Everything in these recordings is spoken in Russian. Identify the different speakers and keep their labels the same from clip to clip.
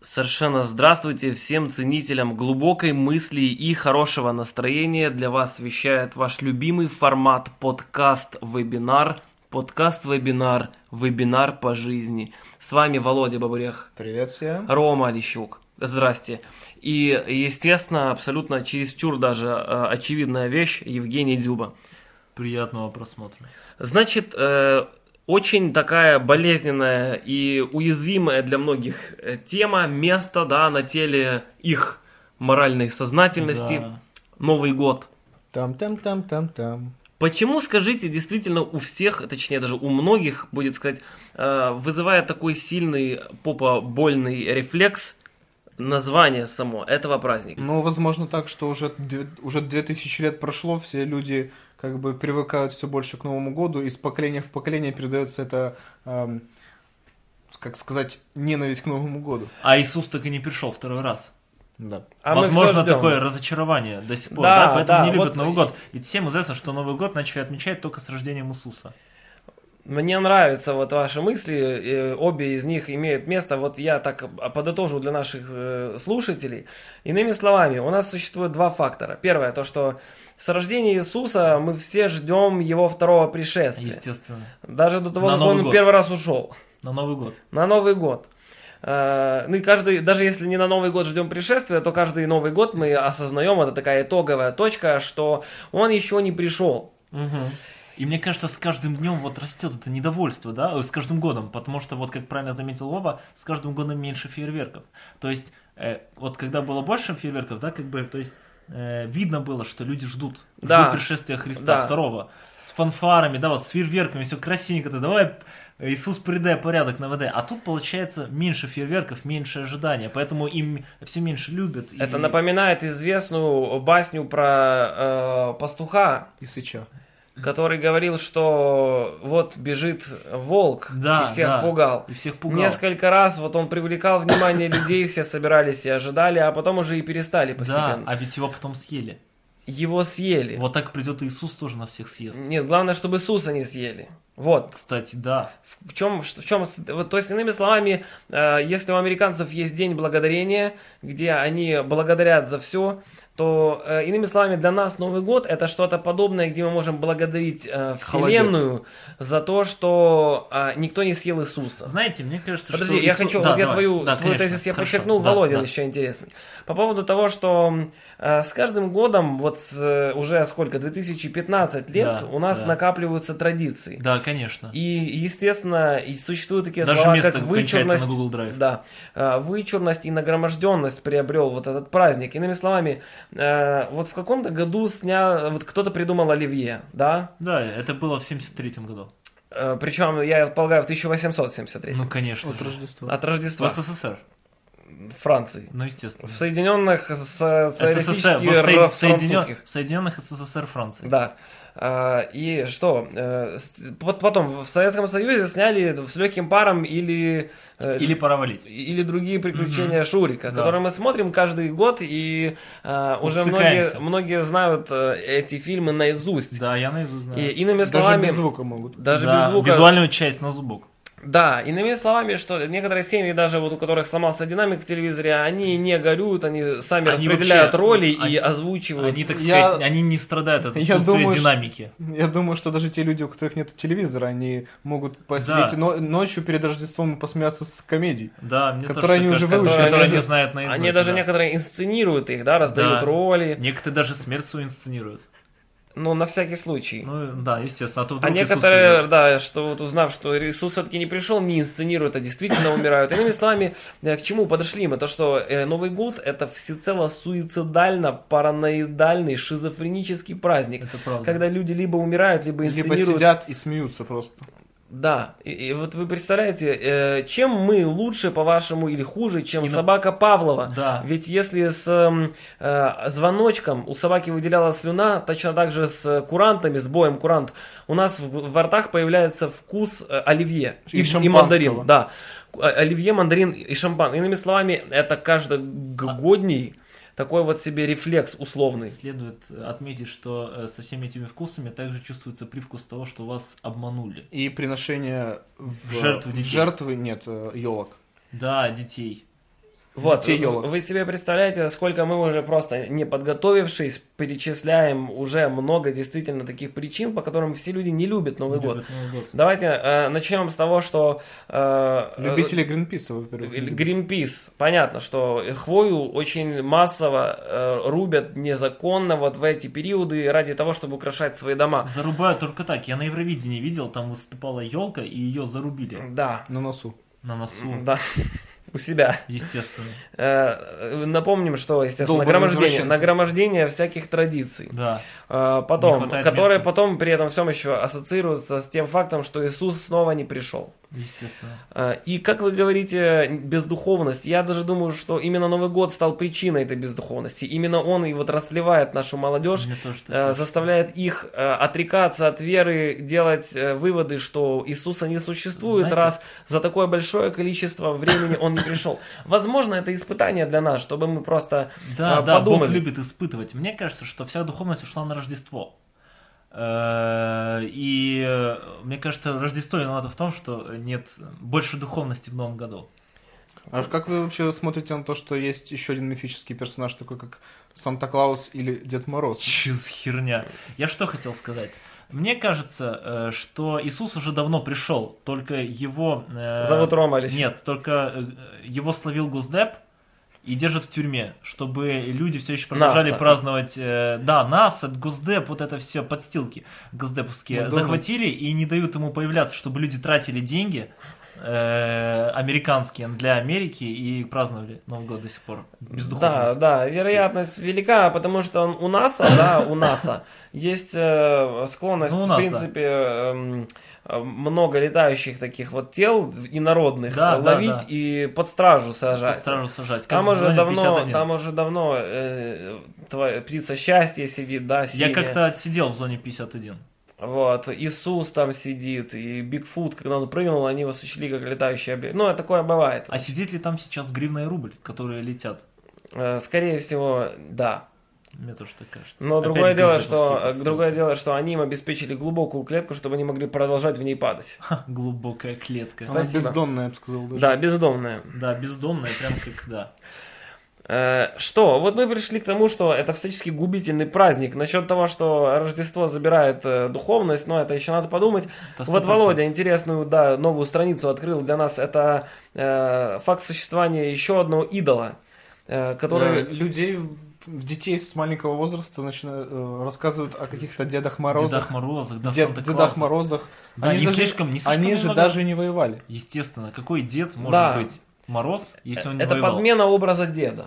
Speaker 1: Совершенно здравствуйте всем ценителям глубокой мысли и хорошего настроения. Для вас вещает ваш любимый формат подкаст-вебинар. Подкаст-вебинар. Вебинар по жизни. С вами Володя Бабурех.
Speaker 2: Привет всем.
Speaker 1: Рома Олещук. Здрасте. И, естественно, абсолютно чересчур даже э, очевидная вещь Евгений Дюба.
Speaker 3: Приятного просмотра.
Speaker 1: Значит, э, очень такая болезненная и уязвимая для многих э, тема, место, да, на теле их моральной сознательности.
Speaker 3: Да.
Speaker 1: Новый год.
Speaker 2: Там-там-там-там-там.
Speaker 1: Почему, скажите, действительно у всех, точнее даже у многих, будет сказать, э, вызывает такой сильный попобольный рефлекс название само этого праздника?
Speaker 2: Ну, возможно так, что уже, две- уже 2000 лет прошло, все люди как бы привыкают все больше к Новому году, из поколения в поколение передается это, эм, как сказать, ненависть к Новому году.
Speaker 3: А Иисус так и не пришел второй раз.
Speaker 2: Да.
Speaker 1: А мы всё
Speaker 3: Возможно,
Speaker 1: ждём.
Speaker 3: такое разочарование до сих пор,
Speaker 1: Да,
Speaker 3: да, поэтому
Speaker 1: да,
Speaker 3: не любят
Speaker 1: вот и-
Speaker 3: Новый год. Ведь всем известно, что Новый год начали отмечать только с рождением Иисуса.
Speaker 1: Мне нравятся вот ваши мысли, э, обе из них имеют место. Вот я так подытожу для наших э, слушателей. Иными словами, у нас существует два фактора. Первое, то что с рождения Иисуса мы все ждем его второго пришествия.
Speaker 3: Естественно.
Speaker 1: Даже до того,
Speaker 3: На
Speaker 1: как
Speaker 3: Новый
Speaker 1: он
Speaker 3: год.
Speaker 1: первый раз ушел.
Speaker 3: На Новый год.
Speaker 1: На Новый год. Э, Ну и каждый, даже если не на Новый год ждем пришествия, то каждый Новый год мы осознаем, это такая итоговая точка, что он еще не пришел.
Speaker 3: И мне кажется, с каждым днем вот растет это недовольство, да, э, с каждым годом, потому что, вот как правильно заметил Лоба, с каждым годом меньше фейерверков. То есть, э, вот когда было больше фейерверков, да, как бы, то есть, э, видно было, что люди ждут, ждут
Speaker 1: Да.
Speaker 3: пришествия Христа
Speaker 1: Да.
Speaker 3: второго, с фанфарами, да, вот с фейерверками, все красивенько, да, давай, э, Иисус, придай порядок на ВД. А тут, получается, меньше фейерверков, меньше ожидания, поэтому им все меньше любят. и-
Speaker 1: Это напоминает известную басню про э, пастуха,
Speaker 2: И сыча.
Speaker 1: который говорил, что вот бежит волк
Speaker 3: Да,
Speaker 1: и всех
Speaker 3: да.
Speaker 1: пугал.
Speaker 3: И всех пугал.
Speaker 1: Несколько раз вот он привлекал внимание людей, все собирались и ожидали, а потом уже и перестали
Speaker 3: Да,
Speaker 1: постепенно.
Speaker 3: а ведь его потом съели.
Speaker 1: Его съели.
Speaker 3: Вот так придет Иисус тоже нас всех съест.
Speaker 1: Нет, главное, чтобы Иисуса не съели. Вот.
Speaker 3: Кстати, да.
Speaker 1: В чем, в чем, вот, то есть, иными словами, э, если у американцев есть День Благодарения, где они благодарят за все, то, э, иными словами, для нас Новый год это что-то подобное, где мы можем благодарить э, Вселенную за то, что э, никто не съел Иисуса.
Speaker 3: Знаете, мне кажется,
Speaker 1: Подожди,
Speaker 3: что...
Speaker 1: я
Speaker 3: Иису-
Speaker 1: хочу,
Speaker 3: Да,
Speaker 1: вот я
Speaker 3: давай.
Speaker 1: твою,
Speaker 3: Да,
Speaker 1: твой
Speaker 3: конечно,
Speaker 1: тезис я
Speaker 3: хорошо.
Speaker 1: подчеркнул,
Speaker 3: Да,
Speaker 1: Володин
Speaker 3: да.
Speaker 1: еще интересный. По поводу того, что э, с каждым годом, вот с, э, уже сколько, 2015 лет,
Speaker 3: Да,
Speaker 1: у нас
Speaker 3: да.
Speaker 1: накапливаются традиции.
Speaker 3: Да, конечно.
Speaker 1: И, естественно, и существуют такие
Speaker 3: Даже
Speaker 1: слова,
Speaker 3: место
Speaker 1: как
Speaker 3: кончается
Speaker 1: вычурность.
Speaker 3: на Google Drive.
Speaker 1: Да. Э, Вычурность и нагроможденность приобрел вот этот праздник. Иными словами, э, вот в каком-то году сня... вот кто-то придумал оливье, да?
Speaker 3: Да, это было в 73-м году.
Speaker 1: Э, Причем, я полагаю, в 1873
Speaker 3: Ну, конечно.
Speaker 2: От
Speaker 3: же.
Speaker 2: Рождества.
Speaker 1: От Рождества
Speaker 3: В СССР.
Speaker 1: Франции.
Speaker 3: Ну, естественно.
Speaker 1: В Соединенных
Speaker 3: СССР,
Speaker 1: Социалистических
Speaker 3: вот в Соедин-
Speaker 1: РФ
Speaker 3: в Соединен-
Speaker 1: французских.
Speaker 3: в Соединенных СССР Франции.
Speaker 1: Да. А, И что? э, с- вот Потом в Советском Союзе сняли с легким паром или... э,
Speaker 3: Или пора валить.
Speaker 1: или другие приключения Шурика,
Speaker 3: Да.
Speaker 1: которые мы смотрим каждый год, и э, уже
Speaker 3: Усыкаемся.
Speaker 1: многие, многие знают э, эти фильмы наизусть.
Speaker 3: Да, я наизусть знаю.
Speaker 1: И иными
Speaker 2: Даже
Speaker 1: словами,
Speaker 2: без звука могут.
Speaker 1: даже
Speaker 3: Да,
Speaker 1: без звука.
Speaker 3: Визуальную часть на зубок.
Speaker 1: Да, иными словами, что некоторые семьи, даже вот у которых сломался динамик в телевизоре, они не горюют, они сами
Speaker 3: Они
Speaker 1: распределяют
Speaker 3: вообще-
Speaker 1: роли и
Speaker 3: они-
Speaker 1: озвучивают.
Speaker 3: Они, так
Speaker 2: Я-
Speaker 3: сказать, они не страдают от
Speaker 2: Я
Speaker 3: отсутствия
Speaker 2: думаю, что-
Speaker 3: динамики.
Speaker 2: Я думаю, что даже те люди, у которых нет телевизора, они могут посидеть
Speaker 3: Да.
Speaker 2: но- ночью перед Рождеством и посмеяться с комедий.
Speaker 3: Да, мне
Speaker 2: Которые
Speaker 3: тоже
Speaker 2: они
Speaker 3: так
Speaker 2: уже
Speaker 3: кажется,
Speaker 2: выучили.
Speaker 3: Которые
Speaker 1: Они-
Speaker 3: не знают наизусть.
Speaker 1: Они даже
Speaker 3: да.
Speaker 1: некоторые инсценируют их, да, раздают
Speaker 3: Да.
Speaker 1: роли,
Speaker 3: Некоторые даже смерть свою инсценируют.
Speaker 1: ну, на всякий случай.
Speaker 3: Ну, да, естественно. А то
Speaker 1: А
Speaker 3: вдруг Иисус
Speaker 1: некоторые,
Speaker 3: придет.
Speaker 1: да, что вот узнав, что Иисус все-таки не пришел, не инсценируют, а действительно умирают. Иными словами, э, к чему подошли мы? То, что э, Новый год – это всецело суицидально, параноидальный, шизофренический праздник.
Speaker 3: Это правда.
Speaker 1: Когда люди либо умирают, либо
Speaker 2: Либо
Speaker 1: инсценируют.
Speaker 2: сидят и смеются просто.
Speaker 1: Да. И, и вот вы представляете, э, чем мы лучше, по-вашему, или хуже, чем
Speaker 3: И на-
Speaker 1: собака Павлова?
Speaker 3: Да.
Speaker 1: Ведь если с эм, э, звоночком у собаки выделялась слюна, точно так же с э, курантами, с боем курант, у нас в, во ртах появляется вкус э, оливье
Speaker 2: И шампанского.
Speaker 1: мандарин. Да. К- э, Оливье, мандарин и шампан. Иными словами, это каждогодний такой вот себе рефлекс условный.
Speaker 3: Следует отметить, что э, со всеми этими вкусами также чувствуется привкус того, что вас обманули.
Speaker 2: И приношение в,
Speaker 3: В жертву детей.
Speaker 2: в жертвы нет, елок.
Speaker 3: Да, детей.
Speaker 1: Вот,
Speaker 2: Детей елок.
Speaker 1: вы себе представляете, сколько мы уже просто не подготовившись, перечисляем уже много действительно таких причин, по которым все люди не любят Новый год.
Speaker 3: Любят Новый год.
Speaker 1: Давайте э, начнем с того, что... э, э,
Speaker 2: Любители Гринписа, во-первых.
Speaker 1: Или
Speaker 2: любят.
Speaker 1: Greenpeace. Понятно, что хвою очень массово э, рубят незаконно вот в эти периоды ради того, чтобы украшать свои дома.
Speaker 3: Зарубают только так. Я на Евровидении видел, там выступала елка, и ее зарубили
Speaker 1: Да,
Speaker 2: На носу.
Speaker 3: на носу,
Speaker 1: да, у себя.
Speaker 3: естественно.
Speaker 1: Э, Напомним, что, естественно,
Speaker 2: Долбаные
Speaker 1: нагромождение,
Speaker 2: извращенцы.
Speaker 1: нагромождение всяких традиций.
Speaker 3: Да.
Speaker 1: Э, Потом,
Speaker 3: хватает
Speaker 1: которые
Speaker 3: места.
Speaker 1: потом при этом всем еще ассоциируются с тем фактом, что Иисус снова не пришел.
Speaker 3: Естественно.
Speaker 1: Э, И как вы говорите, бездуховность, я даже думаю, что именно Новый год стал причиной этой бездуховности. Именно он и вот расплевает нашу молодежь,
Speaker 3: Мне тоже так
Speaker 1: э,
Speaker 3: кажется.
Speaker 1: заставляет их э, отрекаться от веры, делать э, выводы, что Иисуса не существует,
Speaker 3: Знаете-
Speaker 1: раз за такое большое количество времени он не пришел. Возможно, это испытание для нас, чтобы мы просто
Speaker 3: Да,
Speaker 1: э,
Speaker 3: да,
Speaker 1: подумали.
Speaker 3: Бог любит испытывать. Мне кажется, что вся духовность ушла на Рождество. Э, И э, мне кажется, Рождество виновато в том, что нет больше духовности в Новом году.
Speaker 2: А как вы вообще смотрите на то, что есть еще один мифический персонаж, такой как Санта-Клаус или Дед Мороз?
Speaker 3: Че за херня? Я что хотел сказать? Мне кажется, э, что Иисус уже давно пришел, только его... э,
Speaker 1: Зовут Рома Алексеевич.
Speaker 3: Нет, только э, его словил Госдеп и держит в тюрьме, чтобы люди все еще продолжали
Speaker 1: НАСА.
Speaker 3: праздновать... э, да, нас, Госдеп, вот это все подстилки госдеповские
Speaker 2: Макдональдс.
Speaker 3: захватили и не дают ему появляться, чтобы люди тратили деньги э, американские для Америки и праздновали Новый год до сих пор.
Speaker 1: Да,
Speaker 3: Бездуховность.
Speaker 1: да, вероятность велика, потому что он у нас, да, у нас есть э, склонность,
Speaker 3: Ну, у
Speaker 1: в
Speaker 3: нас,
Speaker 1: принципе, эм, э, много летающих таких вот тел инородных
Speaker 3: Да, да,
Speaker 1: ловить
Speaker 3: да.
Speaker 1: и под стражу сажать.
Speaker 3: Под стражу сажать.
Speaker 1: Там
Speaker 3: как в
Speaker 1: уже,
Speaker 3: зоне
Speaker 1: давно,
Speaker 3: 51.
Speaker 1: там уже давно э, твоя птица счастья сидит, да,
Speaker 3: Я
Speaker 1: синяя.
Speaker 3: как-то отсидел в зоне 51.
Speaker 1: Вот, Иисус там сидит, и Бигфут, когда он прыгнул, они его сочли как летающий объект. Ну, такое бывает.
Speaker 3: А сидит ли там сейчас гривна и рубль, которые летят?
Speaker 1: Э, скорее всего, да.
Speaker 3: Мне тоже так кажется.
Speaker 1: Но
Speaker 3: Опять
Speaker 1: другое
Speaker 3: эти
Speaker 1: дело,
Speaker 3: издательские
Speaker 1: что а,
Speaker 3: подстилки.
Speaker 1: другое дело, что они им обеспечили глубокую клетку, чтобы они могли продолжать в ней падать.
Speaker 3: Ха, Глубокая клетка.
Speaker 2: Она
Speaker 1: Спасибо.
Speaker 2: бездонная, я бы сказал. даже.
Speaker 1: Да, бездомная.
Speaker 3: Да, бездомная, прям как да.
Speaker 1: Э, Что? Вот мы пришли к тому, что это всячески губительный праздник. Насчет того, что Рождество забирает э, духовность, но это еще надо подумать.
Speaker 3: Это
Speaker 1: Вот
Speaker 3: 100%.
Speaker 1: Володя интересную, да, новую страницу открыл для нас. Это э, факт существования еще одного идола, э,
Speaker 2: Которые
Speaker 1: который...
Speaker 2: людей, в- в детей с маленького возраста начинают э, рассказывают о каких-то Дедах Морозах,
Speaker 3: Дедах Морозах, да,
Speaker 2: Дед-
Speaker 3: Санта-Клаусах.
Speaker 2: Дедах Морозах.
Speaker 3: Да,
Speaker 2: Они
Speaker 3: не
Speaker 2: же даже-
Speaker 3: слишком, не слишком
Speaker 2: Они же
Speaker 3: много.
Speaker 2: даже не воевали.
Speaker 3: Естественно, какой дед может
Speaker 1: Да. Э,
Speaker 3: быть Мороз, если он не
Speaker 1: это
Speaker 3: воевал?
Speaker 1: подмена образа деда.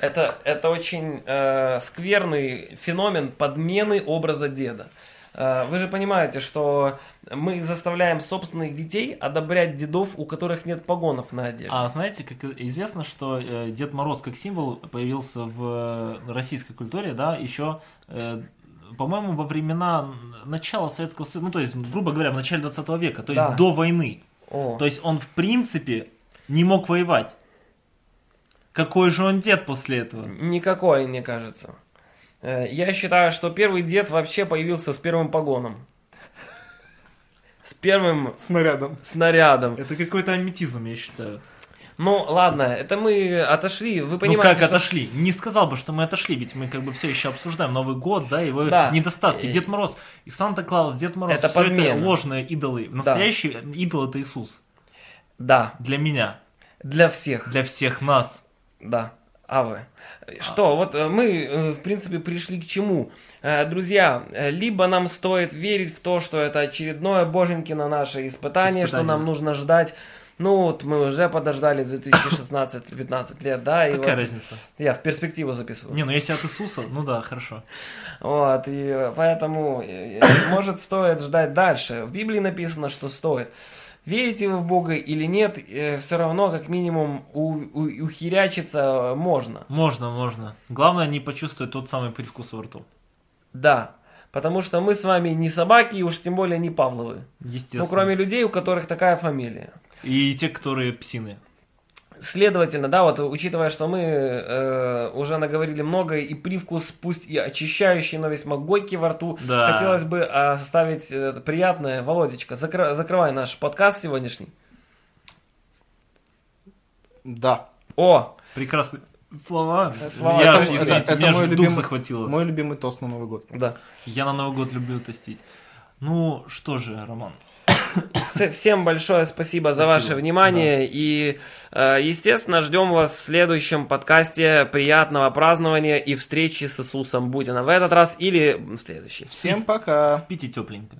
Speaker 1: Это, это очень э, скверный феномен подмены образа деда. Э, Вы же понимаете, что мы заставляем собственных детей одобрять дедов, у которых нет погонов на одежде.
Speaker 3: А знаете, как известно, что э, Дед Мороз как символ появился в э, российской культуре, да, еще, э, по-моему, во времена начала Советского Союза, ну, то есть, грубо говоря, в начале 20 века, то есть
Speaker 1: Да.
Speaker 3: до войны.
Speaker 1: О.
Speaker 3: То есть он, в принципе, не мог воевать. Какой же он дед после этого?
Speaker 1: Никакой, мне кажется. Э, Я считаю, что первый дед вообще появился с первым погоном. С первым
Speaker 2: Снарядом.
Speaker 1: снарядом.
Speaker 3: Это какой-то аметизм, я считаю.
Speaker 1: Ну, ладно, это мы отошли. Вы
Speaker 3: ну
Speaker 1: понимаете,
Speaker 3: как
Speaker 1: что
Speaker 3: отошли? Не сказал бы, что мы отошли, ведь мы как бы все еще обсуждаем Новый год, да, его
Speaker 1: Да.
Speaker 3: недостатки.
Speaker 1: Э,
Speaker 3: Дед Мороз и Санта-Клаус, Дед Мороз,
Speaker 1: это
Speaker 3: всё
Speaker 1: подмена.
Speaker 3: это ложные идолы. Настоящий идол это Иисус.
Speaker 1: Да,
Speaker 3: Для меня,
Speaker 1: для всех.
Speaker 3: для всех нас.
Speaker 1: Да. А вы?
Speaker 3: А.
Speaker 1: Что, вот э, мы, э, в принципе, пришли к чему? Э, Друзья, э, либо нам стоит верить в то, что это очередное боженькино наше испытание,
Speaker 3: Испытание.
Speaker 1: что нам нужно ждать. Ну, вот мы уже подождали 2016-15 лет, да, и
Speaker 3: Какая
Speaker 1: вот
Speaker 3: разница?
Speaker 1: я в перспективу записываю.
Speaker 3: Не, ну если от Иисуса, ну да, хорошо.
Speaker 1: Вот, и э, поэтому, э, может, стоит ждать дальше. В Библии написано, что стоит. Верите вы в Бога или нет, все равно, как минимум, у- у- ухерячиться э, можно.
Speaker 3: Можно, можно. Главное не почувствовать тот самый привкус во рту.
Speaker 1: Да, потому что мы с вами не собаки и уж тем более не Павловы.
Speaker 3: Естественно.
Speaker 1: Ну, кроме людей, у которых такая фамилия.
Speaker 3: И те, которые псины.
Speaker 1: Следовательно, да, вот учитывая, что мы э, уже наговорили многое, и привкус, пусть и очищающий, но весьма горький во рту,
Speaker 3: Да.
Speaker 1: хотелось бы э, составить э, приятное. Володечка, закры- закрывай наш подкаст сегодняшний.
Speaker 2: Да.
Speaker 1: О,
Speaker 3: Прекрасные слова.
Speaker 1: Слова.
Speaker 3: Я,
Speaker 1: Это-
Speaker 3: ж,
Speaker 1: это-
Speaker 3: извините,
Speaker 2: Э, это
Speaker 3: меня ж
Speaker 2: мой
Speaker 3: дух
Speaker 2: любимый-
Speaker 3: захватило.
Speaker 2: Мой любимый тост на Новый год.
Speaker 1: да.
Speaker 3: Я на Новый год люблю тестить. Ну, что же, Роман,
Speaker 1: С- Всем большое спасибо, за
Speaker 3: Спасибо.
Speaker 1: ваше внимание. И, э, естественно, ждем вас в следующем подкасте. Приятного празднования и встречи с Иисусом, будь она в этот раз или в следующий.
Speaker 2: Всем пока.
Speaker 3: спите тепленько.